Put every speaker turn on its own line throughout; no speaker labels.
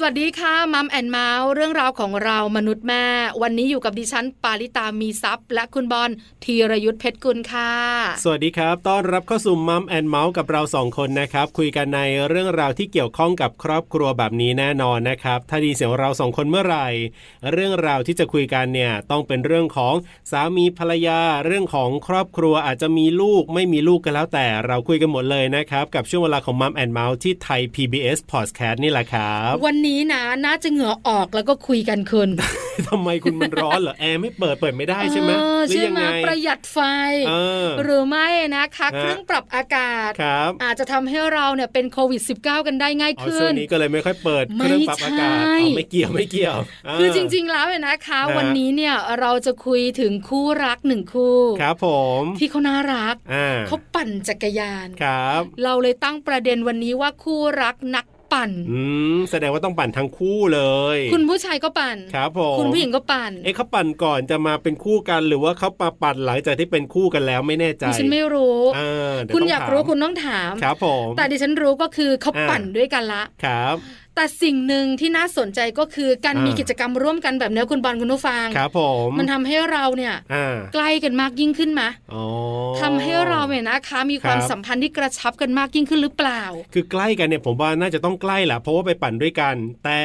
สวัสดีค่ะมัมแอนเมาส์เรื่องราวของเรามนุษย์แม่ วันนี้อยู่กับดิฉันปาริตามีซัพ์และคุณบอลธีรยุทธเพชรกุลค่ะ
สวัสดีครับ ต้อนรับเข้าสู่มัมแอนเมาส์กับเราสองคนนะครับ คุยกันในเรื่องราวที่เกี่ยวข้องกับครอบครัวแบบนี้แน่นอนนะครับ ถ้าไดีเสียงเราสองคนเมื่อไหร่ เรื่องราวที่จะคุยกันเนี่ยต้องเป็นเรื่องของสามีภรรยา เรื่องของครอบครัวอาจจะมีลูกไม่มีลูกก็แล้วแต่เราคุยกันหมดเลยนะครับ กับช่วงเวลาของมัมแอนเมาส์ที่ไทย PBS Podcast นี่แหละครับ
วันนี้นะน่าจะเหงื่อออกแล้วก็คุยกันคุณ
ทำไมคุณมันร้อนเหรอแอร์ไม่เปิดเปิดไม่ได้ใช่ไหม
เออ
หรือ
ใช่
ยัง
ไหม
ไง
ประหยัดไฟ
เออ
หรือไม่นะคะ
ฮะ
เครื่องปรับอากาศ
ครับ
อาจจะทำให้เราเนี่ยเป็นโควิด -19 กันได้ง่าย
อ๋อช่
ขึ้
วง
น
นี้ก็เลยไม่ค่อยเปิด
ไม่
เครื่องปรับอากาศ
ใช่
อ๋อไม่เกี่ยวไม่เกี่ยวา
คือจริง ๆ แล้วเนี่ยนะคะ
ฮะ
วันนี้เนี่ยเราจะคุยถึงคู่รักหนึ่งคู่
ครับผม
ที่เขาน่ารัก
อ่า
เขาปั่นจักรยาน
ครับ
เราเลยตั้งประเด็นวันนี้ว่าคู่รักนักปั่น
อืมแสดงว่าต้องปั่นทั้งคู่เลย
คุณผู้ชายก็ปั่น
ครับผม
คุณผู้หญิงก็ปั่น
เอ๊ะเขาปั่นก่อนจะมาเป็นคู่กันหรือว่าเขาปาปั่นหลังจากที่เป็นคู่กันแล้วไม่แน่ใจ
ดิฉันไม่รู้
อ่าเดี๋ว
คุณ
ต้ง
อยาก
ถม
รู้คุณต้องถาม
ครับผม
แต่ดิฉันรู้ก็คือเขา
อ่า
ปั่นด้วยกันละ
ครับ
แต่สิ่งหนึ่งที่น่าสนใจก็คือการ
อ่ามี
มีกิจกรรมร่วมกันแบบเนี้ยคุณบอลคุณผู้ฟัง
ครับผม
มันทำให้เราเนี่ย
อ่า
ใกล้กันมากยิ่งขึ้นไหม
อ๋อ
ทำให้เราเนี่ยนะคะ มีความ
ครับ
สัมพันธ์ที่กระชับกันมากยิ่งขึ้นหรือเปล่า
คือใกล้กันเนี่ยผมว่าน่าจะต้องใกล้แหละเพราะว่าไปปั่นด้วยกัน แต่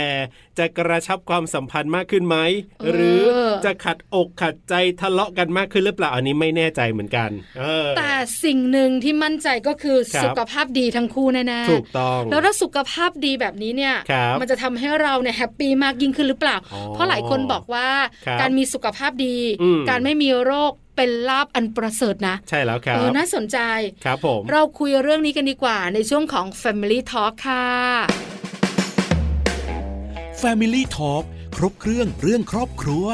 จะกระชับความสัมพันธ์มากขึ้นไหม
เออ
หรือจะขัดอกขัดใจทะเลาะกันมากขึ้นหรือเปล่าอันนี้ไม่แน่ใจเหมือนกัน เออ
แต่สิ่งหนึ่งที่มั่นใจก็คือ
ครับ
สุขภาพดีทั้งคู่แน่ๆ
ถูกต้อง
แล้วถ้าสุขภาพดีแบบนี้เนี่ย
ครับ
มันจะทำให้เราเนี่ยแฮปปี้มากยิ่งขึ้นหรือเปล่า
อ๋อ
เพราะหลายคนบอกว่า
ครับ
การมีสุขภาพดี
อืม
การไม่มีโรคเป็นลาบอันประเสริฐนะ
ใช่แล้วครั
เอบ อน่าสนใจ
ครับผม
เราคุยเรื่องนี้กันดีกว่าในช่วงของ Family Talk ค่ะ
Family Talk ครบเครื่องเรื่องครอบครัว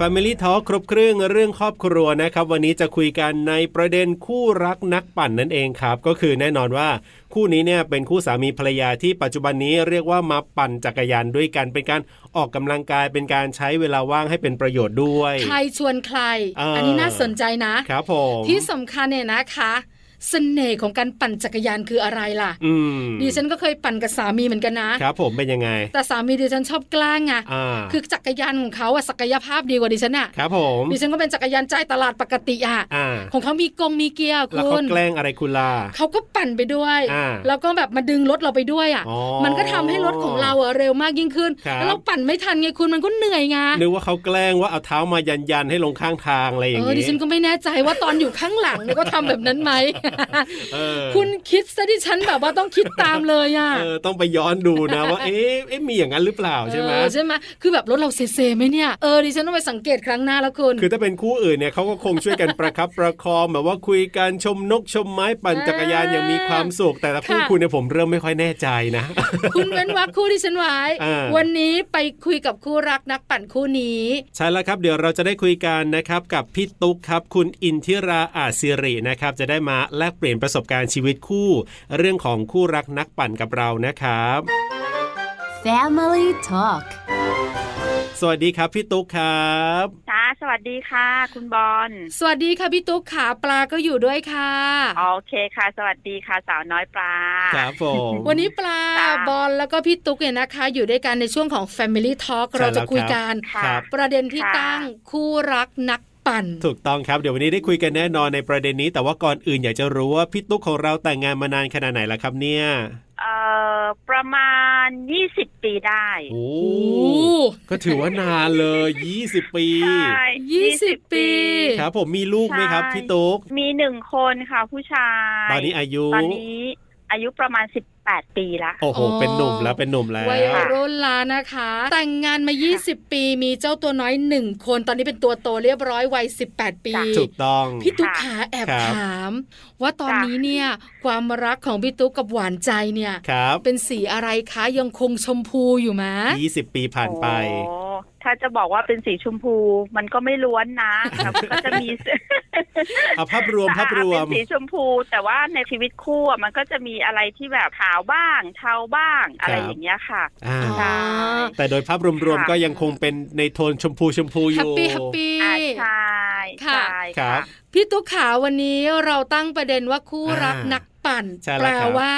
Family Talk ครบเครื่องเรื่องครอบครัวนะครับ วันนี้จะคุยกันในประเด็นคู่รักนักปั่นนั่นเองครับ ก็คือแน่นอนว่าคู่นี้เนี่ยเป็นคู่สามีภรรยาที่ปัจจุบันนี้เรียกว่ามาปั่นจักรยานด้วยกัน เป็นการออกกำลังกายเป็นการใช้เวลาว่างให้เป็นประโยชน์ด้วย
ใครชวนใคร
เอออั
อันนี้น่าสนใจนะ
ครับผม
ที่สำคัญเนี่ยนะคะเสน่ห์ของการปั่นจักรยานคืออะไรล่ะ
อืม
ดิฉันก็เคยปั่นกับสามีเหมือนกันนะ
ครับผมเป็นยังไง
แต่สามีดิฉันชอบแกล้งไง
อ่า
คือจักรยานของเขาอะศักยภาพดีกว่าดิฉันอะ
ครับผม
ดิฉันก็เป็นจักรยานใจายตลาดปกติอะ
อ่า
ของเขามีกงมีเกียร์
แล้ว
คุ
เขา
ณ
แกล้งอะไรคุณล่ะ
เขาก็ปั่นไปด้วย
อ่า
แล้วก็แบบมาดึงรถเราไปด้วยอะ
อ๋อ
มันก็ทำให้รถของเราอะเร็วมากยิ่งขึ้น
ครับ
แล้วเราปั่นไม่ทันไงคุณมันก็เหนื่อยไง
นึกว่าเขาแกล้งว่าเอาเท้ามายันยันๆให้ลงข้างทางอะไรอย่าง
เออดิฉันก็ไม่แน่ใจว่าตอนอยู่ข้างหลัง เนี่ยก็ทำแบบนั้นไหม
เออ
คุณคิดซะดิฉันแบบว่าต้องคิดตามเลยอะ
เออต้องไปย้อนดูนะ ว่า เอ๊ะเอ๊ะมีอย่างนั้นหรือเปล่าใช่ไหม
เออใช่ไหมคือแบบรถเราเซเซไหมเนี่ยเออดิฉันต้องไปสังเกตครั้งหน้าแล้วคุณ
คือ ถ้าเป็นคู่อื่นเนี่ยเขาก็คงช่วยกัน ประครับประคองแบบว่าคุยกันชมนกชมไม้ปั่นจักรยานอย่างมีความสุขแต่ละคู่
ค่ะ
คุณเนี่ยผมเริ่มไม่ค่อยแน่ใจนะ
คุณเว้นวักคู่ที่ฉันไว้
อ่า
วันนี้ไปคุยกับคู่รักนักปั่นคู่นี้
ใช่แล้วครับเดี๋ยวเราจะได้คุยกันนะครับกับพี่ตุ๊กครับ คุณอินทิราอาจสิรินะครับ จะได้มาแลกเปลี่ยนประสบการณ์ชีวิตคู่ เรื่องของคู่รักนักปั่นกับเรานะครับ
Family Talk
สวัสดีครับพี่ตุ๊กครับ
จ้าสวัสดีค่ะ คุณบอล
สวัสดีค่ะพี่ตุ๊กขาปลาก็อยู่ด้วยค่ะ
โอเคค่ะ สวัสดีค่ะ สาวน้อยปลา
ครับผม
วันนี้ปลา
จ้า
บอลแล้วก็พี่ตุ๊กเนี่ยนะคะ อยู่ด้วยกันในช่วงของ Family Talk
ใช่
เราจะ
แล้วครับ
คุยกัน
ค่ะ
ครับ
ประเด็นที่
ค่ะ
ตั้งคู่รักนักปั่น
ถูกต้องครับเดี๋ยววันนี้ได้คุยกันแน่นอนในประเด็นนี้ แต่ว่าก่อนอื่นอยากจะรู้ว่าพี่ตุ๊กของเราแต่งงานมานานขนาดไหนแล้วครับเนี่ย
เอ่อประมาณ 20 ปีได้
โอ้
โอ้
ก็ถือว่านานเลย 20 ปี
ใช่
20 ปี
ครับผมมีลูกไหมครับพี่ตุ๊ก
มีหนึ่งคนค่ะ ผู้ชาย
ตอนนี้อายุ
ตอนนี้อายุประมาณ 18 ปีละ
โอ้โหเป็นหนุ่มแล้วเป็นหนุ่มแล้ว
วัย
ค่ะ
รุ่นแลานะคะ แต่งงานมา 20 ปีมีเจ้าตัวน้อยหนึ่งคนตอนนี้เป็นตัวโตเรียบร้อยวัย18 ปี
ถูกต้อง
พี่ตุ๊กขาแอบ
ครับ
ถาม ว่าตอน
จ้ะ
นี้เนี่ย ความรักของพี่ตุ๊กกับหวานใจเนี่ย
ครับ
เป็นสีอะไรคะยังคงชมพูอยู่ไหม
20 ปีผ่านไป
โอ้ ถ้าจะบอกว่าเป็นสีชมพู มันก็ไม่ล้วน นะแต่มันก็จะมี
เอาภาพรวมภาพรวม
เป็นสีชมพู แต่ว่าในชีวิตคู่อะมันก็จะมีอะไรที่แบบขาวบ้าง เทาบ้างอะไร
ครับ
อย่างเงี้ยค่ะ
อ่า
อ๋อ
ใช่
แต่โดยภาพรวม
ค่ะ
ๆก็ยังคงเป็นในโทนชมพูชมพูอ
แฮป
ยู่
ปี้แฮปปี้
อ่าใช่
ค่ะ
ค
ใช่
รั
ค่ะ
บ
พี่ตุ๊กขาวันนี้เราตั้งประเด็นว่าคู่
อ่ารั
รักนักปั่น
ใช่แล้ว
แปล
ครับ
ว่า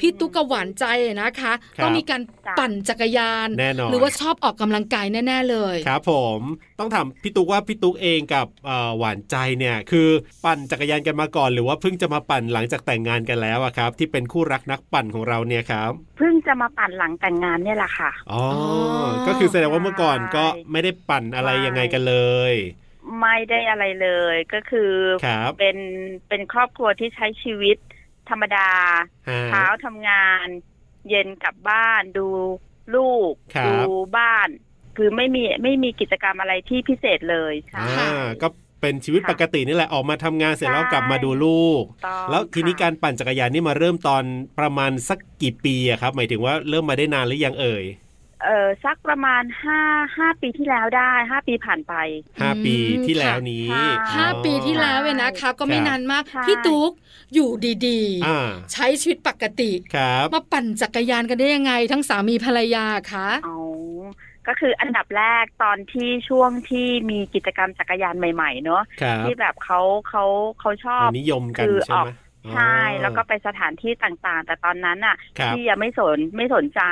พี่ตุ๊กกับหวานใจนะคะ
ครับ
ต้องมีการปั่นจักรยาน
แน่นอน
หรือว่าชอบออกกำลังกายแน่ ๆ เลย
ครับผมต้องถามพี่ตุ๊กว่าพี่ตุ๊กเองกับเอ่อหวานใจเนี่ยคือปั่นจักรยานกันมาก่อน หรือว่าเพิ่งจะมาปั่นหลังจากแต่งงานกันแล้วอะครับ ที่เป็นคู่รักนักปั่นของเราเนี่ยครับ
เพิ่งจะมาปั่นหลังแต่งงานเนี่ยแหละค่ะ
อ๋อก็คือแสดงว่าเมื่อก่อนก็ไม่ได้ปั่นอะไรยังไงกันเลย
ไม่ได้อะไรเลยก็คือ
ครับ
เป็นเป็นครอบครัวที่ใช้ชีวิตธรรมดา
ฮะ
เช้าทำงาน เย็นกลับบ้านดูลูก
ครับ
ดูบ้าน คือไม่มีไม่มีกิจกรรมอะไรที่พิเศษเลยใช่
อ่าก็เป็นชีวิตปกตินี่แหละออกมาทำงานเสร็จแล้วกลับมาดูลูก
ต้อง
แล้วทีนี้
ค่ะ
การปั่นจักรยานนี่มาเริ่มตอนประมาณสักกี่ปีอะครับ หมายถึงว่าเริ่มมาได้นานหรือยังเอ่ย
เออสักประมาณห้าห้าปีที่แล้วได้ห้าปีผ่านไป
ห้าปีที่แล้วนี้
ค่ะ
ห้า
อ๋อ
ปีที่แล้วเว้ยนะคะ ก็ไม่
ครับ
นานมาก
ใช่
พี่ตุ๊กอยู่ดี
อ่า
ๆ ใช้ชีวิตปกติ
ครับ
มาปั่นจักรยานกันได้ยังไง ทั้งสามีภรรยาคะ
อ๋อก็คืออันดับแรกตอนที่ช่วงที่มีกิจกรรมจักรยานใหม่ ๆ เนอะ
ครับ
ที่แบบเขาเขาเขาชอบ
มันนิยมกัน
คือ
ใช่ไห
ออก
ม
ใช่
อ๋อ
แล้วก็ไปสถานที่ต่างๆ แต่ตอนนั้นน่ะ
ครับ
พี่ยังไม่สนไม่สนใจ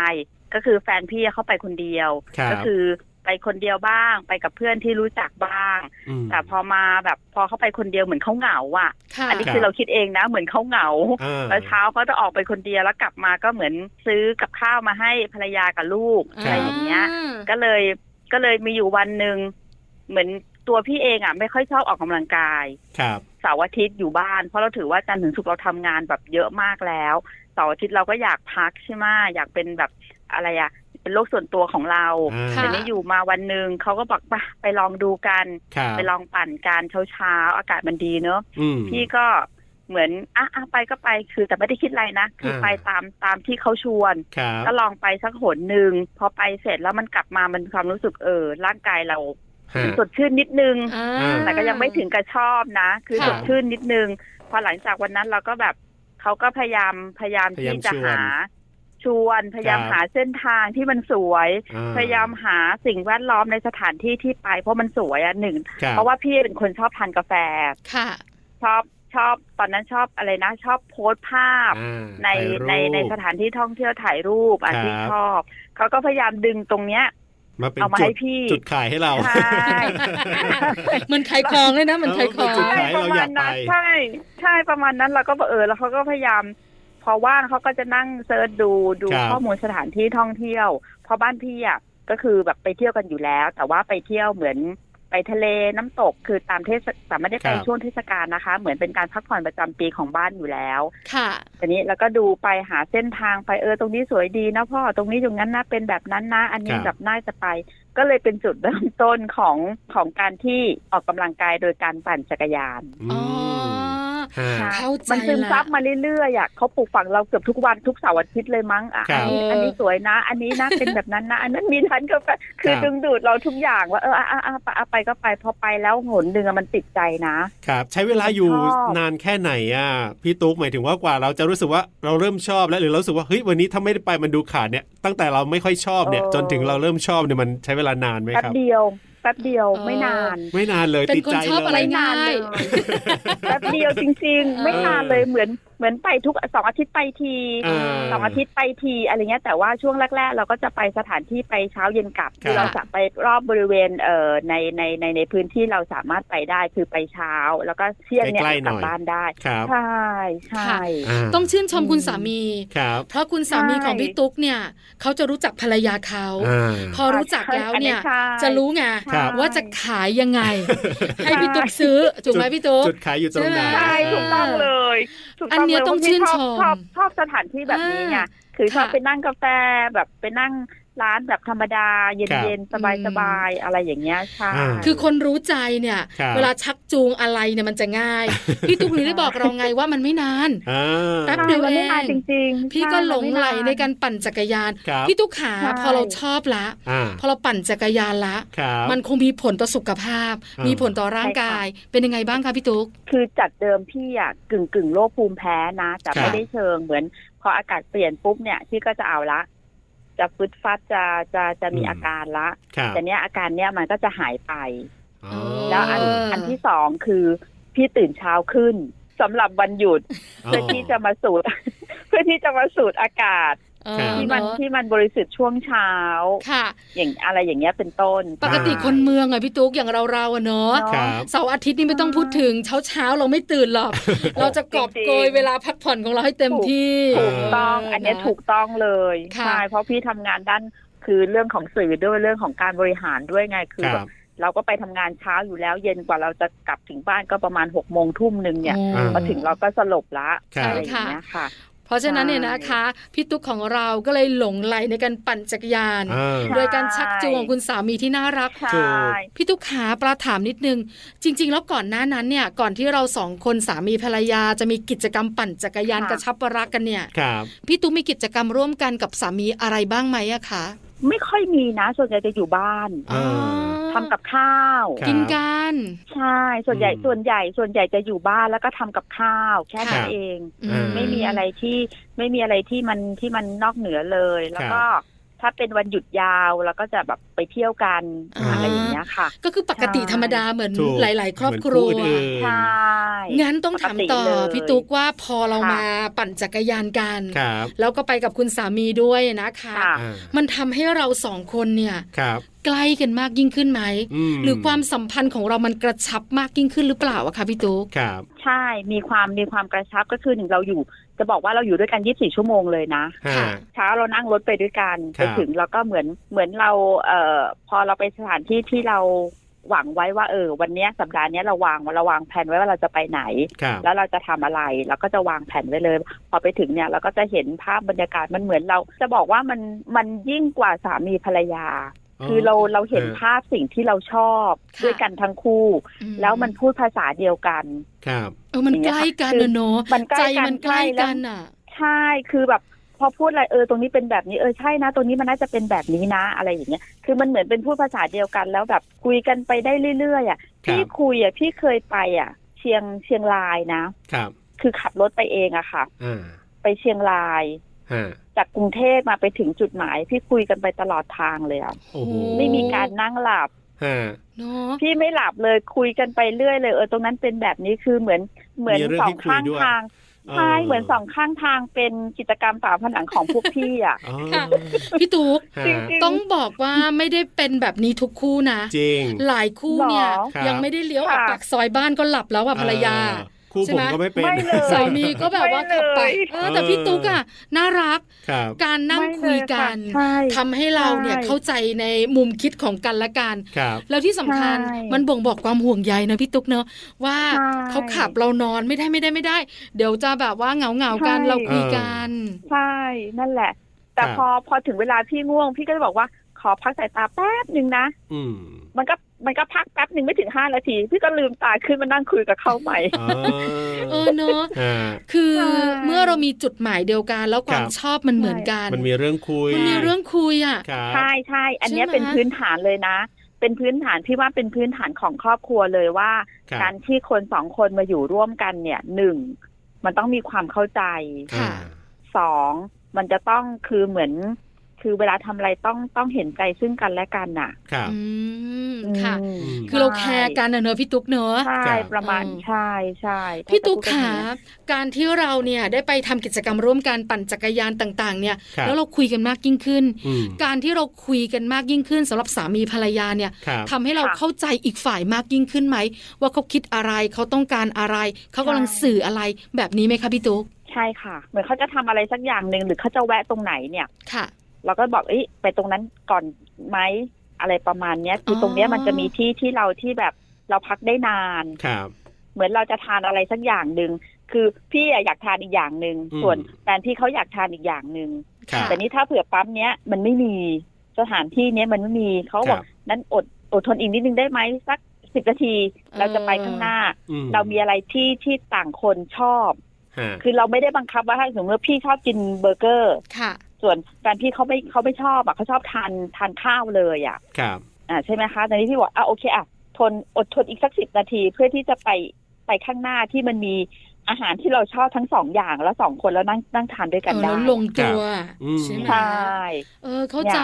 ก็คือแฟนพี่เข้าไปคนเดียว
ครับ
ก็คือไปคนเดียวบ้าง ไปกับเพื่อนที่รู้จักบ้าง
ม
แต่พอมาแบบพอเข้าไปคนเดียวเหมือนเขาเหงาอ่ะ
ค่ะ
อันนี้
รับ
คือเราคิดเองนะ เหมือนเขาเหงา
อ่า
ตอนเช้าเขาจะออกไปคนเดียวแล้วกลับมาก็เหมือนซื้อกับข้าวมาให้ภรรยากับลูก
ครับ
อะไรอย่างเงี้ย
อ่า
ก็เลยก็เลยมีอยู่วันหนึ่งเหมือนตัวพี่เองอ่ะไม่ค่อยชอบออกกำลังกาย
ครับ
เสาร์อาทิตย์อยู่บ้าน เพราะเราถือว่าจันทร์ถึงศุกร์เราทำงานแบบเยอะมากแล้วเสาร์อาทิตย์เราก็อยากพักใช่ไหมอยากเป็นแบบอะไรอ่ะเป็นโลกส่วนตัวของเรา
อ่า
แต่นี่อยู่มาวันหนึ่งเขาก็บอกไปะไปลองดูกัน
ครับ
ไปลองปั่นกันเช้าๆอากาศมันดีเนอะ
อืม
พี่ก็เหมือนอ่ะอ่ะไปก็ไปคือแต่ไม่ได้คิดอะไรนะ คืออา ไปตามตามที่เขาชวน
ครับ
ก็ลองไปสักหนหนึ่งพอไปเสร็จแล้วมันกลับมามันความรู้สึกเออร่างกายเรา
ฮะ
สดชื่นนิดนึง
อ่า
แต่ก็ยังไม่ถึงกับชอบนะ คือ
ค่ะ
สดชื่นนิดนึง พอหลังจากวันนั้นเราก็แบบเขาก็พยายามพยายาม
พยายาม
ที่จะ
ชวน
หา ชวนพยายาม
ครับ
หาเส้นทางที่มันสวย
อ่
พยายามหาสิ่งแวดล้อมในสถานที่ที่ไป เพราะมันสวยอ่ะหนึ่ง
คบ
เพราะว่าพี่เป็นคนชอบทานกาแฟ
ค่ะ
ชอบชอบตอนนั้นชอบอะไรนะ ชอบโพสต์ภาพ
อ่า
ใน
ถ่ายรูป
ในในสถานที่ท่องเที่ยวถ่ายรูปอ่ะ
ครับ
ที่ชอบเขาก็พยายามดึงตรงเนี้ย
มาเป็น
เอามา
จุด
ให้พี่
จุดขายให้เรา
ใช่
เหมันขายของเลยนะเหมันขายของ
เออมันจุดขาย
ประมาณนั้นใช่ใช่ประมาณนั้นเราก็บอกเออแล้วเขาก็พยายาม พอว่างเขาก็จะนั่งเซิร์ชดูดู
ครับ
ข้อมูลสถานที่ท่องเที่ยวเพราะบ้านพี่อ่ะก็คือแบบไปเที่ยวกันอยู่แล้ว แต่ว่าไปเที่ยวเหมือนไปทะเลน้ำตกคือตามเทศแต่ไม่ได้ไปช่วงเทศกาลนะคะ เหมือนเป็นการพักผ่อนประจำปีของบ้านอยู่แล้ว
ค่ะ
ทีนี้แล้วก็ดูไปหาเส้นทางไปเออตรงนี้สวยดีนะพ่อตรงนี้อย่างนั้นนะเป็นแบบนั้นนะ อันนี้
ครับ
แบบน่าจะไป ก็เลยเป็นจุดเริ่มต้นของของการที่ออกกำลังกายโดยการปั่นจักรยาน
อ๋อ
ฮะ
ค่ะ
เข้าใจ
มันซึมซับ
ละ
มาเรื่อยๆอ่ะเขาปลูกฝังเราเกือบทุกวันทุกเสาร์อาทิตย์เลยมั้งอ่ะ
ครั
อั
บ
นนี้อันนี้สวยนะ อันนี้นะ เป็นแบบนั้นนะ อันนั้นมีทันกาแฟคื
ค
อ
รับ
ดึงดูดเราทุกอย่างว่าเอออ่ะอ่ะอ่ะไปอ่ะไปก็ไปพอไปแล้วหนหนึ่งอะมันติดใจนะ
ครับใช้เวลาอยู่
ชอบ
นานแค่ไหนอ่ะพี่ตุ๊กหมายถึงว่ากว่าเราจะรู้สึกว่าเราเริ่มชอบแล้วหรือเรารู้สึกว่าเฮ้ยวันนี้ถ้าไม่ได้ไปมันดูขาดเนี่ยตั้งแต่เราไม่ค่อยชอบเนี่ยจนถึงเราเริ่มชอบเนี่ยมันใช้เวลานานไหม
แป๊
ค
บ
รับ
เดียวแป๊บเดียวไม่นาน
ไม่นานเลย
เป็น
ติด
คน
ใจ
ชอบอะไร
เลย
ง่าย
แป๊บเดียวจริง ๆ ไม่นานเลยเหมือนเหมือนไปทุกสองอาทิตย์ไปที
เออ
สองอาทิตย์ไปทีอะไรเงี้ยแต่ว่าช่วงแรก ๆ เราก็จะไปสถานที่ไปเช้าเย็นกลับ
ครับ
คือเราจะไปรอบบริเวณเอ่อในในในในพื้นที่เราสามารถไปได้คือไปเช้า แล้วก็เที่ยงเนี่ย
ใกล้ๆห
ก
น่
ลั
อบ ย
บ้านได้
ครับ
ใช่ใช่
ค่ะ
า
ต้องชื่นชมคุณสามี
ครับ
เพราะคุณสามี
ใช่
ของพี่ตุ๊กเนี่ย เขาจะรู้จักภรรยาเขา
อ่า
พอรู้จักแล้วเนี่ย
ใช่
จะรู้ไง
ครับ
ว่าจะขายยังไง ให้พี่ตุ๊กซื้อ ถูกไหมพี่ตุ๊ก
จุดขายอยู่ตรงไหน
ใช่ไหม
ใช่ถูกต้องเลยถูกต้
อันเนี้ย
ล
ต้องชื่น
เพราะพี่
ชม
ชอบชอบชอบสถานที่แบบนี้ไง
อ่า
คือชอบ
ค่ะ
ไปนั่งกาแฟแบบไปนั่ง ร้านแบบธรรมดา
ค
เ
รั
ย็น
บ
ๆ สบายๆ อะไรอย่างเงี้ยใช่
อ่า
คือคนรู้ใจเนี่ย
ครับ
เวลาชักจูงอะไรเนี่ยมันจะง่าย พี่ตุ๊กหนูได้บอกเราไงว่ามันไม่นาน
อ่า
แป๊บ
ใช่
เดียว
มันไม่
เอง
นานจริงๆ
พี่
ใช่
ก็หลง
มั
ไหล
ม่า
ในการปั่นจักรยาน
ครับ
พี่ตุ๊กขา
ใช่
พอเราชอบละ
อ่า
พอเราปั่นจักรยานละ
ครับ
มันคงมีผลต่อสุขภาพ
อ่ามี
มีผลต่อร่างกาย เป็นยังไงบ้างคะพี่ตุ๊ก
คือจากเดิมพี่อ่ะกึ่งกึ่งๆโรคภูมิแพ้นะแต่
ครับ
ไม่ได้เชิงเหมือน พออากาศเปลี่ยนปุ๊บเนี่ยพี่ก็จะเอาละ จะฟึดฟัดจะจะจะมี
อืม
อาการละ
ครับ
แต่เนี้ยอาการเนี้ยมันก็จะหายไป
อ๋อ
แล้วอัน
เอออั
อันที่สองคือพี่ตื่นเช้าขึ้นสำหรับวันหยุดเพื่อที่จะมาสูด เพื่อที่จะมาสูดอากาศ
เอ
ครั
อบ
ที่มัน
เนอะ
ที่มันบริสุทธิ์ช่วงเช้า
ค่ะ
อย่างอะไรอย่างเงี้ยเป็นต้น
ปกติคนเมืองอะพี่ตุ๊กอย่างเราเราๆอะเนาะ
ครับ
เสาร์อาทิตย์นี่ไม่ต้องพูดถึงเช้าเช้าๆเราไม่ตื่นหรอก เราจะกอบโกย
จริงๆ
เวลาพักผ่อนของเราให้เต็มที่
ถูกต้อง
เ
อันเนี้ย
ะ
ถูกต้องเลย
ค่ะ
ใช่เพราะพี่ทำงานด้านคือเรื่องของสื่อด้วยเรื่องของการบริหารด้วยไงคือ
ค
แบ
รั
บบ เราก็ไปทำงานเช้าอยู่แล้วเย็นกว่าเราจะกลับถึงบ้านก็ประมาณหกโมงทุ่มหนึ่งเนี่ย
โอ้
อ่า
มาถึงเราก็สลบละ
ใช่ค่ะ
อะไรอย่างเงี้ยค่ะ
เพราะฉะนั้นเนี่ย
ใช่
นะคะ พี่ตุ๊กของเราก็เลยหลงไหลในการปั่นจักรยาน
อ่า
โดยการชักจูงของคุณสามีที่น่ารัก
ถูก
ใช่
พี่ตุ๊กขาปลาถามนิดนึง จริง ๆ แล้วก่อนหน้านั้นเนี่ย ก่อนที่เราสองคนสามีภรรยาจะมีกิจกรรมปั่นจักรยาน
ค่ะ
กระชับรักกันเนี่ย
ครับ
พี่ตุ๊กมีกิจกรรมร่วมกันกับสามีอะไรบ้างไหมอะคะ
ไม่ค่อยมีนะ ส่วนใหญ่จะอยู่บ้าน
อ่า
ทำกับข้าว
ครับ
กินกัน
ใช่ส่วนใหญ่
อืม
ส่วนใหญ่ส่วนใหญ่จะอยู่บ้านแล้วก็ทำกับข้าวแค่นั้
ครั
น
บ
เอง
อืม
ไม่มีอะไรที่ไม่มีอะไรที่มันที่มันนอกเหนือเลย แล้ว
ครับ
ก็ถ้าเป็นวันหยุดยาวเราก็จะแบบไปเที่ยวกัน
อ่า
อะไรอย่างเงี้ยค่ะ
ก็คือปกติ
ใช่
ธรรมดาเหมือน
ถูก
หลาย ๆ ครอบครัว
เหมือนคู่อื่น
ใช่
งั้นต้องถามต่อ
ปกเลย
พี่ตุ๊กว่าพอเรา
ค่ะ
มาปั่นจักรยานกัน
ครับ
แล้วก็ไปกับคุณสามีด้วยนะคะ
ค่ะ
อ่า
มันทำให้เราสองคนเนี่ย
ครับ
ใกล้กันมากยิ่งขึ้นไหม
ม
หรือความสัมพันธ์ของเรามันกระชับมากยิ่งขึ้นหรือเปล่าอะคะพี่ตุ๊ก
ครับ
ใช่มีความมีความกระชับก็คือหนึ่งเราอยู่ จะบอกว่าเราอยู่ด้วยกัน 24 ชั่วโมงเลยนะ
ฮะ
ค่ะ
เช้าเรานั่งรถไปด้วยกัน
ค
ไป
รับ
ถึงเราก็เหมือนเหมือนเราเอ่อพอเราไปสถานที่ที่เราหวังไว้ว่าเออ วันเนี้ยสัปดาห์เนี้ยเราวางเราวางแผนไว้ว่าเราจะไปไหน
ครับ
แล้วเราจะทำอะไรเราก็จะวางแผนไว้เลย พอไปถึงเนี่ยเราก็จะเห็นภาพบรรยากาศมันเหมือนเรา จะบอกว่ามันมันยิ่งกว่าสามีภรรยา คือเราเราเห็น
เออ
ภาพสิ่งที่เราชอบ
ค่ะ
ด้วยกันทั้งคู่ แล้วมันพูดภาษาเดียวกัน
ครับ
เออมันใกล้กัน
คือ
อะเนอะ
มันใก
ใจ
ล้กัน
มันใกล้
ใกล้แล้
กั
ว
นอะ
ใช่คือแบบพอพูดอะไรเออตรงนี้เป็นแบบนี้เออใช่นะ ตรงนี้มันน่าจะเป็นแบบนี้นะอะไรอย่างเงี้ยคือมันเหมือนเป็นพูดภาษาเดียวกัน แล้วแบบคุยกันไปได้เรื่อยๆอ่ะพี่
ครับ
คุยอ่ะพี่เคยไปอ่ะ เชียงเชียงรายนะ
ครับ
คือขับรถไปเองอะค่ะ
อ่า
ไปเชียงราย
ฮะ
จากกรุงเทพมาไปถึงจุดหมาย พี่คุยกันไปตลอดทางเลยอะ
โอ้โห
ไม่มีการนั่งหลับ
ฮะ
เนอะ
พี่ไม่หลับเลยคุยกันไปเรื่อยเลยเออตรงนั้นเป็นแบบนี้คือเหมือนเหมือน
มีเรื่
ส
อ
อง
ที่
งข้าง
คุยด้วย
ทางใช่เหมือนสองข้างทางเป็นกิจกรรมฝาผนังของพวกพี่อ่ะ
อ๋อ
พี่ตุ๊ก
ฮะ
จริง
ต้องบอกว่าไม่ได้เป็นแบบนี้ทุกคู่นะ
จริง
หลายคู่เนี่ย
หรอ
ครับ
ยังไม่ได้เลี้ยวออก
ค่ะ
ปากซอยบ้านก็หลับแล้วอะภรรยา
เออคู่
ใช่
ผม
ไหม
ก็ไม่เป็น
ไม่เลย
สามีก็แบบว่าขับไป
ไม่เลย
เออแต่พี่ตุ๊กอะน่ารัก
ครับ
การนั่ง
ไม่เล
คุยกัน
ใช่
ทำให้เราเนี่ย
ใช่
เข้าใจในมุมคิดของกันและกัน
ครับ
แล้วที่สำคัญ
ใช่
มันบ่งบอกความห่วงใยนะพี่ตุ๊กเนอะว่า
ใช่
เขาขับเรานอนไม่ได้ไม่ได้ไม่ได้ เดี๋ยวจะแบบว่าเหงาเหงาๆกัน
ใช่
เราคุยกัน
ใช่นั่นแหละ แต่
ครับ
พอพอถึงเวลาพี่ง่วง พี่ก็จะบอกว่าขอพักสายตาแป๊บหนึ่งนะ
อืม
มันก็มันก็พักแป๊บหนึ่งไม่ถึงห้านาที พี่ก็ลืมตาขึ้นมานั่งคุยกับเขาใหม่
เอ
เอ
อ
อเนอะ
ฮะ
คือ
ใช่
เมื่อเรามีจุดหมายเดียวกัน แล้วความ
ครับ
ชอบมันเหมือนกัน
มันมีเรื่องคุย
มันมีเรื่องคุยอ่ะ
ครับ
ใช่ใช่ อันเนี้ย
ใช่ไหม
เป็นพื้นฐานเลยนะ เป็นพื้นฐานพี่ว่าเป็นพื้นฐานของครอบครัวเลยว่า
ครับ
การที่คนสองคนมาอยู่ร่วมกันเนี่ยหนึ่งมันต้องมีความเข้าใจ
อ่า
สองมันจะต้องคือเหมือน คือเวลาทำอะไรต้องต้องเห็นใจซึ่งกันและกันน่ะ
ครับ
อืมค่ะ
อืม
คือเราแคร์กันอะเนอะพี่ตุ๊กเนอะ
ใช่
ครับ
ประมาณ
อืม
ใช่ใช่ถ้า
พี่ตุ๊ก
จะพูด
ขา
แบบนี้
การที่เราเนี่ยได้ไปทำกิจกรรมร่วมกันปั่นจักรยานต่างๆ เนี่ย
ครับ
แล้วเราคุยกันมากยิ่งขึ้น
อืม
การที่เราคุยกันมากยิ่งขึ้นสำหรับสามีภรรยาเนี่ย
ครับ
ทำให้เรา
ค่ะ
เข้าใจอีกฝ่ายมากยิ่งขึ้นไหม ว่าเขาคิดอะไรเขาต้องการอะไร เขากำลัง
ใช่
สื่ออะไรแบบนี้ไหมคะพี่ตุ๊ก
ใช่ค่ะ เหมือนเขาจะทำอะไรสักอย่างหนึ่งหรือเขาจะแวะตรงไหนเนี่ย
ค่ะ
เราก็บอกเอ้ยไปตรงนั้นก่อนไหมอะไรประมาณเนี้ยคืออ
อ
ตรงเนี้ยมันจะมีที่ที่เราที่แบบเราพักได้นาน
ครับ
เหมือนเราจะทานอะไรสักอย่างหนึ่งคือพี่อะอยากทานอีกอย่างหนึ่ง
อืม
ส่วนแฟนพี่เขาอยากทานอีกอย่างหนึ่ง
ครับ
แต่นี่ถ้าเผื่อปั๊มเนี้ยมันไม่มีส สถานที่เนี้ยมันไม่มีเขาบอกนั้นอดอดทนอีกนิดนึงได้ไหมสักสิบนาที เราจะไปข้างหน้า
อื
เรามีอะไรที่ที่ต่างคนชอบ
ฮะ
คือเราไม่ได้บังคับว่าถ้าสมมติว่าพี่ชอบกินเบอร์เกอร์
ค่ะ
ส่วนแฟนพี่เขาไม่เขาไม่ชอบอ่ะเขาชอบทานทานข้าวเลยอ่ะ
ครับ
อ่าใช่ไหมคะตอนนี้พี่บอกอ่ะโอเคอ่ะทนอดทนอีกสักสิบนาทีเพื่อที่จะไปไปข้างหน้าที่มันมีอาหารที่เราชอบทั้งสองอย่างแล้วสองคนแล้วนั่งนั่งทานด้วยกัน
เออ
ได้
แล้วลงตัวใช่ไหม
ใช่
เออเข้าใจ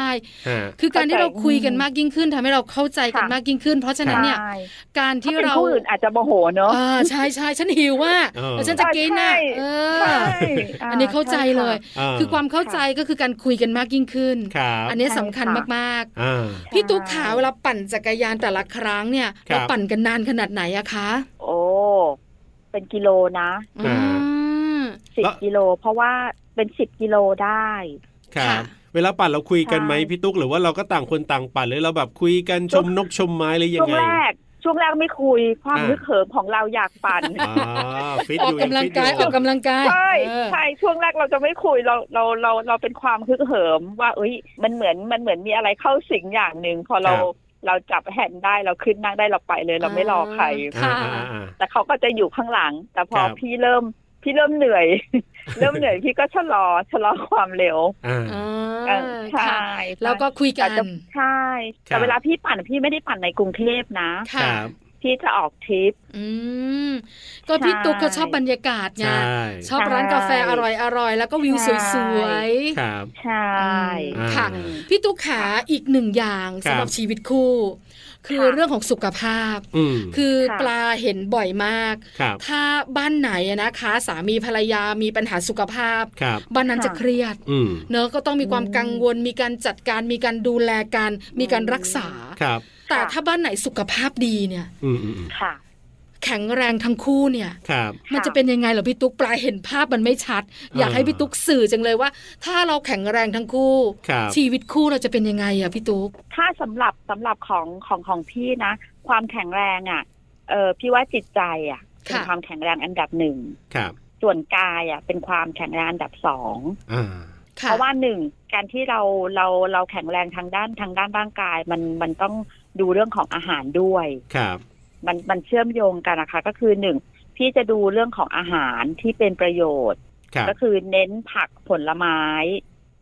ฮะ
คือการที่เราคุยกันมากยิ่งขึ้นทำให้เราเข้าใจกัน
ค่ะ
มากยิ่งขึ้น เพราะฉะนั้นเนี่ย
ใช่
การ
ถ้า
ที่
เป็น
เรา
คู่อื่นอาจจะโมโหเนอะ
อ่าใช่ใช่ฉันหิวว่า
เออ
แล้วฉันจะกินน่ะเออ
ใช่า
อันนี้เข้าใจเลย
ช่
คือความเข้าใจก็คือการคุยกันมากยิ่งขึ้น
ครับ
อันนี้
ใช่
สำคัญ
ค่ะ
มาก
อ่า
ๆ พี่ตุ๊กขาเวลาปั่นจักรยานแต่ละครั้งเนี่ย
ครับ
เราปั่นกันนานขนาดไหนอะคะ
ค่ะโอ้ เป็นกิโลนะ
อ่า
ม
สิบ
แล้ว
กิโล เพราะว่าเป็นสิบกิโลได้
ครับ
ค่ะ
เวลาปั่นเราคุยกันไหม
ใช่
พี่ตุ๊กหรือว่าเราก็ต่างคนต่างปั่นหรือเราแบบคุยกันชมนกชมไม้หรือยั
ช่ว
ง
ง
ไง
แรก ช่วงแรกไม่คุยความ
อ่า
ฮึกเหิมของเราอยากปั่น
อ่าฟิต
อ
อ
อก
ยู่
กำลังกายออกกำลังกาย
ใช่
เออ
ใช่ช่วงแรกเราจะไม่คุยเราเราเราเราเป็นความฮึกเหิม ว่าเอ้ยมันเหมือนมันเหมือนมีอะไรเข้าสิงอย่างหนึ่งพอเราเราจับแฮนด์ได้เราขึ้นนั่งได้เราไปเลย เราไม่รอใคร
อ่
อ่าอ่าอ่า
แต่เขาก็จะอยู่ข้างหลัง แต่พอ
ครับ
พี่เริ่มพี่เริ่มเหนื่อย เริ่ม เหนื่อยพี่ก็ชะลอชะลอความเร็ว
อ่า
อ่า
เออใช่
ค่ะ แล้วก็คุยกั
แต่
น
จะใช่
ครั
แต่
บ
เวลาพี่ปั่นพี่ไม่ได้ปั่นในกรุงเทพนะ
ค
ค่ะ
รับ
พี่จะออกทริป
อืม ก็พี่
ใช่
ตุ๊กเขาชอบบรรยากาศไง
ใช่
ชอบร้านกาแฟอร่อยอร่อยๆแล้วก็วิวสวย
ครับ
ใช่
อืม
ๆ ค่ะ
อืม
พี่ตุ๊กขาอีกหนึ่งอย่าง
ครับ
สำหรับชีวิตคู่ คือ
ค่ะ
เรื่องของสุขภาพ
อืม
คือ
ค่ะ
ปลาเห็นบ่อยมาก
ครับ
ถ้าบ้านไหนอะนะคะ สามีภรรยามีปัญหาสุขภาพ
ครับ
บ้านนั้นจะเครียด
อืม
เนอะก็ต้องมีความกังวล มีการจัดการมีการดูแลกันมีการรักษา
ครับ
แต่ถ้าบ้านไหนสุขภาพดีเนี่ย
อืมอืมอืม
ค่ะ
แข็งแรงทั้งคู่เนี่ย
ครับ
มันจะเป็นยังไงเหรอพี่ตุ๊กปลายเห็นภาพมันไม่ชัด อยากให้พี่ตุ๊กสื่อจังเลยว่า ถ้าเราแข็งแรงทั้งคู่
ครับ
ชีวิตคู่เราจะเป็นยังไงอะพี่ตุ๊ก
ถ้าสำหรับสำหรับของของของพี่นะ ความแข็งแรงอ่ะเออพี่ว่าจิตใจอ่ะเป็น
ค่ะ
ความแข็งแรงอันดับหนึ่ง
ครับ
ส่วนกายอ่ะเป็นความแข็งแรงอันดับสอง
อ่า
ค่ะ
เพราะว่าหนึ่งการที่เราเราเราแข็งแรงทางด้านทางด้านร่างกาย มันมันต้องดูเรื่องของอาหารด้วย
ครับ
มันมันเชื่อมโยงกันนะคะ ก็คือหนึ่งพี่จะดูเรื่องของอาหารที่เป็นประโยชน์
ครับ
ก็คือเน้นผักผลไม้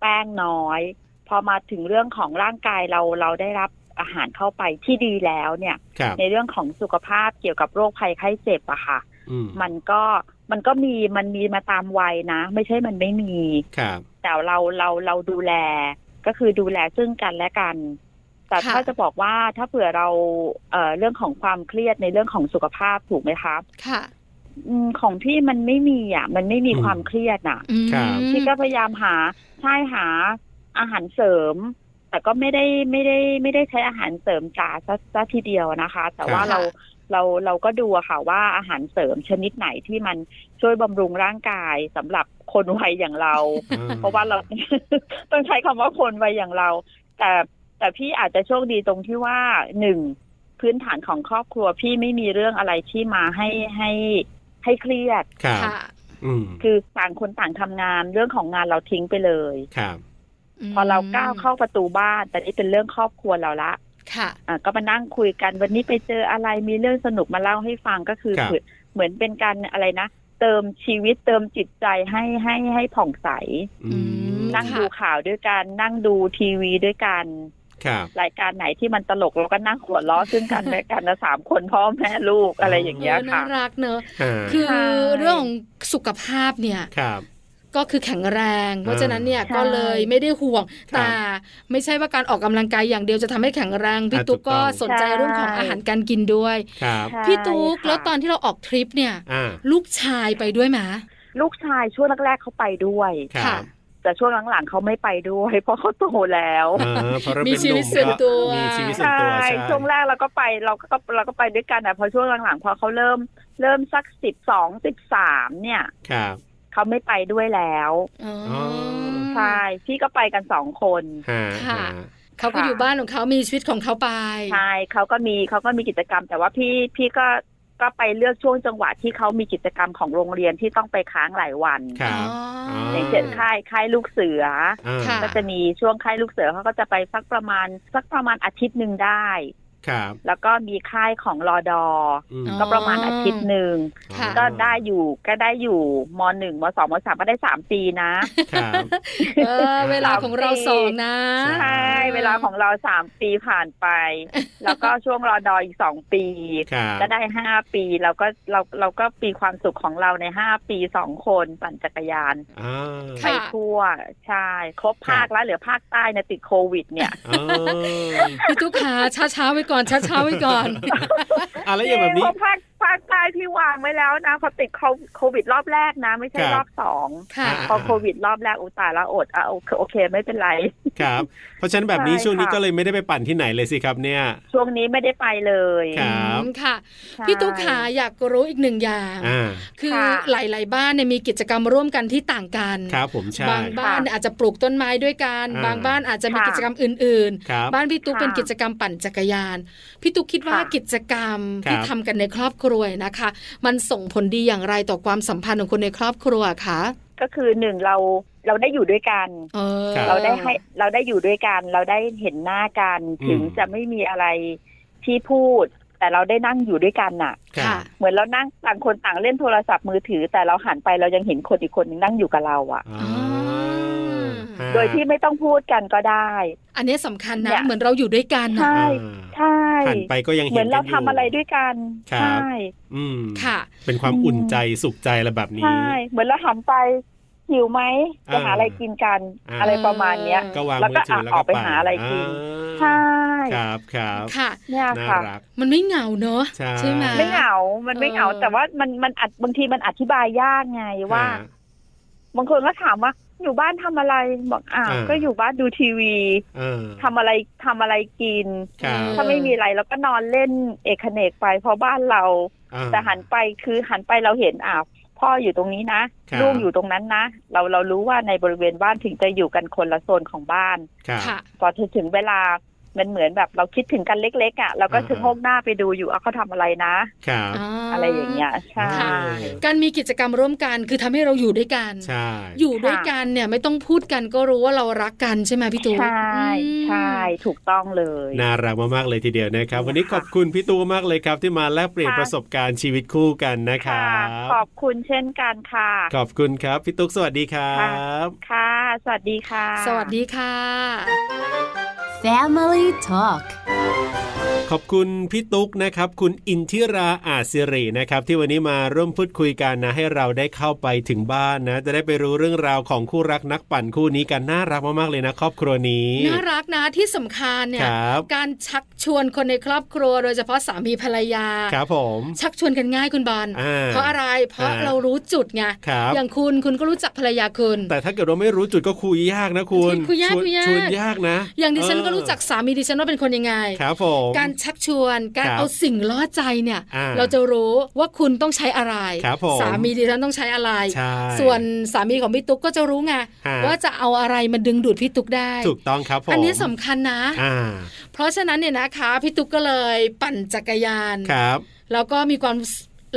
แป้งน้อย พอมาถึงเรื่องของร่างกายเราเราได้รับอาหารเข้าไปที่ดีแล้วเนี่ย
ครับ
ในเรื่องของสุขภาพเกี่ยวกับโรคภัยไข้เจ็บอะค่ะ
อืม
มันก็มันก็มีมันมีมาตามวัยนะ ไม่ใช่มันไม่มี
ครับ
แต่เราเราเราดูแลก็คือดูแลซึ่งกันและกัน แต่
ค่ะ
ถ้าจะบอกว่าถ้าเผื่อเราเอ่อเรื่องของความเครียดในเรื่องของสุขภาพถูกไหมคะ
ค่ะ
อืมของพี่มันไม่มีอ่ะมันไม่มี
อืม
ความเครียดน่ะ
อืม
ครับ
พี่ก็พยายามหาใช่หาอาหารเสริม แต่ก็ไม่ได้ไม่ได้ไม่ได้ใช้อาหารเสริมจ๋าซะซะทีเดียวนะคะ แต่ว่า
ค่ะ
เราเราเราก็ดูอะค่ะว่าอาหารเสริมชนิดไหนที่มันช่วยบำรุงร่างกายสำหรับคนวัยอย่างเรา
อ่
เพราะว่าเรา ต้องใช้คำว่าคนวัยอย่างเรา แต่แต่พี่อาจจะโชคดีตรงที่ว่าหนึ่งพื้นฐานของครอบครัวพี่ไม่มีเรื่องอะไรที่มาให้ให้ให้เครียด
ครับ
ค่ะ
อืม
คือต่างคนต่างทำงานเรื่องของงานเราทิ้งไปเลย
ครับ
พอเราก้าวเข้าประตูบ้าน แต่นี่เป็นเรื่องครอบครัวเราละ
ค่ะ
อ่ะก็มานั่งคุยกันวันนี้ไปเจออะไรมีเรื่องสนุกมาเล่าให้ฟังก็คือ
ครับ
เหมือนเหมือนเป็นการอะไรนะเติมชีวิตเติมจิตใจให้ให้ให้ผ่องใส
อืม
ค่ะ
นั่งดูข่าวด้วยกันนั่งดูทีวีด้วยกัน
ครับ
รายการไหนที่มันตลกเราก็นั่งหัวล้อซึ่งกัน และกันนะสามคนพ่อแม่ลูกอะไรอย่าง
เอ
เงี้ย
อน่า
ค่ะ
รักเนอะ
อ่า
คือ
ใช่
เรื่องของสุขภาพเนี่ย
ครับ
ก็คือแข็งแรง เพราะฉะนั้นเนี่ย
ใช่
ก็เลยไม่ได้ห่วง
ครับ
แต่ไม่ใช่ว่าการออกกำลังกายอย่างเดียวจะทำให้แข็งแรง พี่
อ่ะ
ตุ๊ก
ถูกต้
ก็
อง
สนใจเรื่องของอาหารการกินด้วย
ครับ
ใช่
พี่ตุ๊ก
ค่ะ
แล้วตอนที่เราออกทริปเนี่ย
อ่า
ลูกชายไปด้วยไหม
ลูกชายช่วงแรกๆเขาไปด้วย
ครั
ค่ะ
บ
แต่ช่วงหลังๆเขาไม่ไปด้วย เพราะเขาโตแล้ว
อ่าเพราะเราเป็น
มีชี
ห
วิ
นุ่
ต
ม
ส่วนตัว
ก็มีชีวิตส่วนตัวใช่
ช่วงแรกเราก็ไปเราก็เราก็ไปด้วยกันแต่พอช่วงหลังๆพอเขาเริ่มเริ่มสักสิบสองสิบสามเนี่ย
ครับ
เขาไม่ไปด้วยแล้ว
อ๋อ
ใช่พี่ก็ไปกันสองคน
ฮะ
ค่ะ
ฮะ
เขาก็อยู่บ้านของเขามีชีวิตของเขาไป
ใช่เขาก็มีเขาก็มีกิจกรรม แต่ว่าพี่พี่ก็ ก็ไปเลือกช่วงจังหวะที่เขามีกิจกรรมของโรงเรียนที่ต้องไปค้างหลายวัน
ครับ
อ๋ออ
า
อย่างเช่นค่ายค่ายลูกเสือ
อ่า
ค่ะ
ก็จะมีช่วงค่ายลูกเสือเขาก็จะไปสักประมาณสักประมาณอาทิตย์หนึ่งได้
ครับ
แล้วก็มีค่ายของรอดอ
อืม
อ๋อ
ก็ประมาณอาทิตย์หนึ่ง
ค่ะ
ก็ได้อยู่ก็ได้อยู่มหนึ่งมสองมสามก็ได้สามปีนะ
ครับ
เออเวลาของเราสองนะ
ใช่
ใช่ เวลาของเราสามปีผ่านไป แล้วก็ช่วงรอดออีกสองปี
ครับ
ก็ได้ห้าปีเราก็เราเราก็ปีความสุขของเราในห้าปีสองคนปั่นจักรยาน
อ่า
ไป
ค่ะ
ทั่วใช่ ครบภาค
ครับ
แล้วเหลือภาคใต้เนี่ยติดโควิดเนี่ย
อ๋อ
พี่ตุ๊กขาช้าๆไว้ก่อนช้าๆไว้ก่อน
อะไรอย่างแบบนี้
เพราะภาคภาคใต้ที่วางไว้แล้วนะพอติดโควิดรอบแรกนะ ไม่ใช่
ครับ
รอบสอง
ค่ะ
อ่า
พอโควิดรอบแรกอุยตายแล้วอดอ่ะโอเคโอเคไม่เป็นไร
ครับ เพราะฉะนั้นแบบนี้
ใช่
ช่วงนี้
ค่ะ
ก็เลยไม่ได้ไปปั่นที่ไหนเลยสิครับเนี่ย
ช่วงนี้ไม่ได้ไปเลย
ครับ
อืมค่ะ
ใช่
พี่ตุ๊กขาอยากรู้อีกหนึ่งอย่าง
อ่า
คือ
ค่ะ
หลาย ๆ บ้านเนี่ยมีกิจกรรมร่วมกันที่ต่างกัน
ครับผมใช่
บางบ้านอาจจะปลูกต้นไม้ด้วยกัน
อ่า
บางบ้านอาจจะมี
ค่ะ
กิจกรรมอื่น
ครับ
ๆ บ้านพี่ตุ๊ก
ค่ะ
เป็นกิจกรรมปั่นจักรยาน พี่ตุ๊กคิดว่า
ค่ะ
กิจกรรมที่
ครับ
ทำกันในครอบครัวนะคะ มันส่งผลดีอย่างไรต่อความสัมพันธ์ของคนในครอบครัวคะ
ก็คือหนึ่งเราเราได้อยู่ด้วยกัน
เออ
ครับ
เราได้ให้เราได้อยู่ด้วยกัน เราได้เห็นหน้ากัน
อืม
ถึงจะไม่มีอะไรที่พูด แต่เราได้นั่งอยู่ด้วยกันน่ะ
ครั
ค่ะ
บ
เหมือนเรานั่งต่างคนต่างเล่นโทรศัพท์มือถือ แต่เราหันไปเรายังเห็นคนอีกคนนึงนั่งอยู่กับเราอะ
อ่า
อ่า
โดยที่ไม่ต้องพูดกันก็ได้
อันนี้สำคัญ
เนี่
นะ
ย
เหมือนเราอยู่ด้วยกันนะ
ใช่
อ่า
ใช่
หันไปก็ยัง
เหมื
เห็
อน น
กั
เรา
นอยู่
ทำอะไรด้วยกัน
ครับ
ใช่
อืม
ค่ะ
เป็นความอุ่นใจสุขใจอะไรแบบนี้
ใช่เหมือนเราหันไปหิวไหมจะหา
อ่า
อะไรกินกัน
อ่า
อะไรประมาณเนี้ย
ก็วาง
แล้ว
มื
ก็
อถือแล้ว
อ
ก็
อกไปหาอะไรกิน ใช่
ครับครับ
ค่ะ
เนี่ย
น่า
ค่ะ
รัก
มันไม่เหงาเนอะ
ใช่
ไหม
ไม่เหงา มันไม่เหงา
เออ
แต่ว่ามันมันอัดบางทีมันอธิบายยากไงว่า
อ่
บางคนก็ถามว่า อยู่บ้านทำอะไร บอกอ่า
อ่า
ก็อยู่บ้านดูทีวี
อ่า
ทำอะไรทำอะไรกิน
ครับ
ถ้าไม่มีอะไรเราก็นอนเล่นเอกเขนกไปเพราะบ้านเรา
อ่า
แต่หันไปคือหันไปเราเห็นอ่าวพ่ออยู่ตรงนี้นะครับ ลูกอยู่ตรงนั้นนะ เราเรารู้ว่าในบริเวณบ้านถึงจะอยู่กันคนละโซนของบ้าน
ครับ
ค่ะ
พอถึงเวลามันเหมือนแบบเราคิดถึงกันเล็กๆอ่ะเราก็
อ่า
ชะโงกหน้าไปดูอยู่อ่ะเขาทำอะไรนะ
ครับ
อะไรอย่างเงี้ยใช่
ค่ะ
การมีกิจกรรมร่วมกันคือทำให้เราอยู่ด้วยกัน
ใช่
อยู่ด้วยกันเนี่ยไม่ต้องพูดกันก็รู้ว่าเรารักกันใช่ไหมพี่ตูน
ใช่
อืม
ใช่ถูกต้องเลย
น่ารักมากๆเลยทีเดียวนะครับ วันนี้
ค่ะ
ขอบคุณพี่ตูมากเลยครับ ที่มาแลกเปลี่ยน
ค่ะ
ประสบการณ์ชีวิตคู่กันนะค
ค่ะ
รับ
ขอบคุณเช่นกันค่ะ
ขอบคุณครับ พี่ตุ๊กสวัสดีครับ
ค่ะ สวัสดีค่ะ
สวัสดีค่ะ
Family Talk
ขอบคุณพี่ตุ๊กนะครับ คุณอินทิราอาจสิรินะครับ ที่วันนี้มาร่วมพูดคุยกันนะ ให้เราได้เข้าไปถึงบ้านนะ จะได้ไปรู้เรื่องราวของคู่รักนักปั่นคู่นี้กันน่ารักมากๆเลยนะ ครอบครัวนี้
น่ารักนะที่สำคัญเนี่
ค
ย
รับ
การชักชวนคนในครอบครัว โดยเฉพาะสามีภรรยา
ครับผม
ชักชวนกันง่ายคุณบอล
อ่า
เพราะอะไรเพราะ
อ่า
เรารู้จุดไง
ครับ
อย่างคุณคุณก็รู้จักภรรยาคุณ
แต่ถ้าเกิดเราไม่รู้จุดก็คุยยากนะคุณ
คุยยาก
ชวน
คุยยาก
ชวนยากนะ
อย่างดิฉัน
เออ
ก็รู้จักสามีดิฉันว่าเป็นคนยังไง
ครับผม
การชักชวนการ
ครับ
เอาสิ่งล่อใจเนี่ย
อ่า
เราจะรู้ว่าคุณต้องใช้อะไร
ครับผม
สามีดิฉันต้องใช้อะไร
ใช่
ส่วนสามีของพี่ตุ๊กก็จะรู้ไง
ฮะ
ว่าจะเอาอะไรมาดึงดูดพี่ตุ๊กได้
ถูกต้องครับผม
อั
อั
นนี้สำคัญนะ
อ่า
เพราะฉะนั้นเนี่ยนะคะพี่ตุ๊กก็เลยปั่นจักรยาน
ครับ
แล้วก็มีความ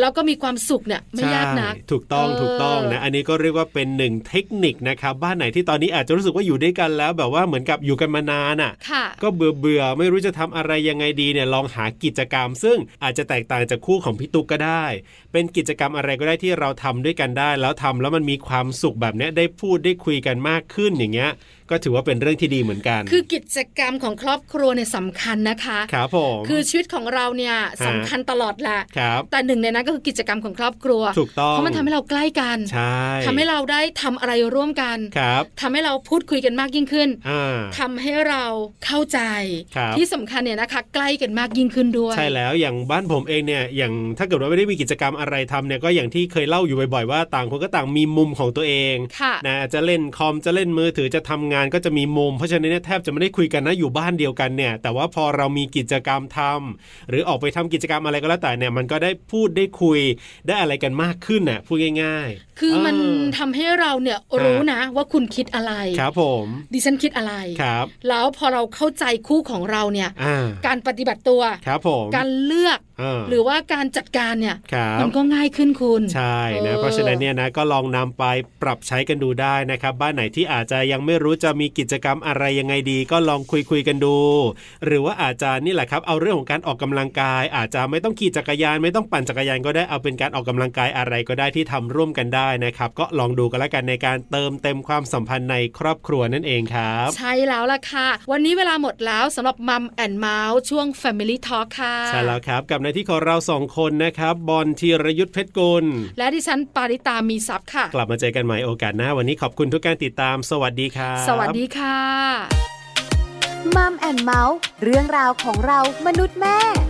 แล้วก็มีความสุขเนี่ยไม่ยากนัก
ใช่ถูกต้อง
เออ
ถูกต้องนะอันนี้ก็เรียกว่าเป็นหนึ่งเทคนิคนะครับบ้านไหนที่ตอนนี้อาจจะรู้สึกว่าอยู่ด้วยกันแล้ว แบบว่าเหมือนกับอยู่กันมานานอ่ะ
ค่ะ
ก็เบื่อเบื่อไม่รู้จะทำอะไรยังไงดีเนี่ยลองหากิจกรรม ซึ่งอาจจะแตกต่างจากคู่ของพี่ตุ๊กก็ได้ เป็นกิจกรรมอะไรก็ได้ที่เราทำด้วยกันได้ แล้วทำแล้วมันมีความสุขแบบเนี้ยได้พูดได้คุยกันมากขึ้นอย่างเงี้ย ก็ถือว่าเป็นเรื่องที่ดีเหมือนกัน
คือกิจกรรมของครอบครัวเนี่ยสำคัญนะคะ
ครับผม
คือชีวิตของเราเนี่ยสำคัญตลอดแหละ
ครับ
แต่หนึ่งในนั้นก็คือกิจกรรมของครอบครัว
ถูกต้อง
เพราะมันทำให้เราใกล้กัน
ใช่
ทำให้เราได้ทำอะไรร่วมกัน
ครับ
ทำให้เราพูดคุยกันมากยิ่งขึ้น
อ่า
ทำให้เราเข้าใจ
ครับ
ที่สำคัญเนี่ยนะคะ ใกล้กันมากยิ่งขึ้นด้วย
ใช่แล้วอย่างบ้านผมเองเนี่ยอย่างถ้าเกิดว่าไม่ได้มีกิจกรรมอะไรทำเนี่ยก็อย่างที่เคยเล่าอยู่บ่อยๆว่าต่างคนก็ต่างมีมุมของตัวเอง
ค่ะ
นะจะเล่นคอมจะเล่นมือถือจะทำงานก็จะมีมุม เพราะฉะนั้นเนี่ยแทบจะไม่ได้คุยกันนะอยู่บ้านเดียวกันเนี่ย แต่ว่าพอเรามีกิจกรรมทำหรือออกไปทำกิจกรรมอะไรก็แล้วแต่เนี่ยมันก็ได้พูดได้คุยได้อะไรกันมากขึ้นน่ะพูดง่าย
คือ
เออ
มันทำให้เราเนี่ยรู้นะว่าคุณคิดอะไร
ครับผม
ดิฉันคิดอะไร
ครับ
แล้วพอเราเข้าใจคู่ของเราเนี่ย
อ่า
การปฏิบัติตัว
ครับผม
การเลือก
เ
หรือว่าการจัดการเนี่ย
ครับ
มันก็ง่ายขึ้นคุณ
ใช่นะ
เออ
เพราะฉะนั้นเนี่ยนะก็ลองนำไปปรับใช้กันดูได้นะครับ บ้านไหนที่อาจจะยังไม่รู้จะมีกิจกรรมอะไรยังไงดี ก็ลองคุยคุยๆกันดู หรือว่าอาจจะนี่แหละครับเอาเรื่องของการออกกำลังกาย อาจจะไม่ต้องขี่จักรยานไม่ต้องปั่นจักรยานก็ได้เอาเป็นการออกกำลังกายอะไรก็ได้ที่ทำร่วมกันได้นะครับ ก็ลองดูกันแล้วกันในการเติมเต็มความสัมพันธ์ในครอบครัวนั่นเองครับ
ใช่แล้วล่ะค่ะ วันนี้เวลาหมดแล้วสำหรับมัมแอนเมาส์ช่วง Family Talk ค่ะ
ใช่แล้วครับกับในที่ของเราสองคนนะครับ บอลธีรยุทธเพชรกุล
และดิฉันปาริตามีซัพย์ค่ะ
กลับมาเจอกันใหม่โอกาสหน้าวันนี้ขอบคุณทุกการติดตาม สวัสดีครับ
สวัสดีค่ะ
มัมแอนเมาส์เรื่องราวของเรามนุษย์แม่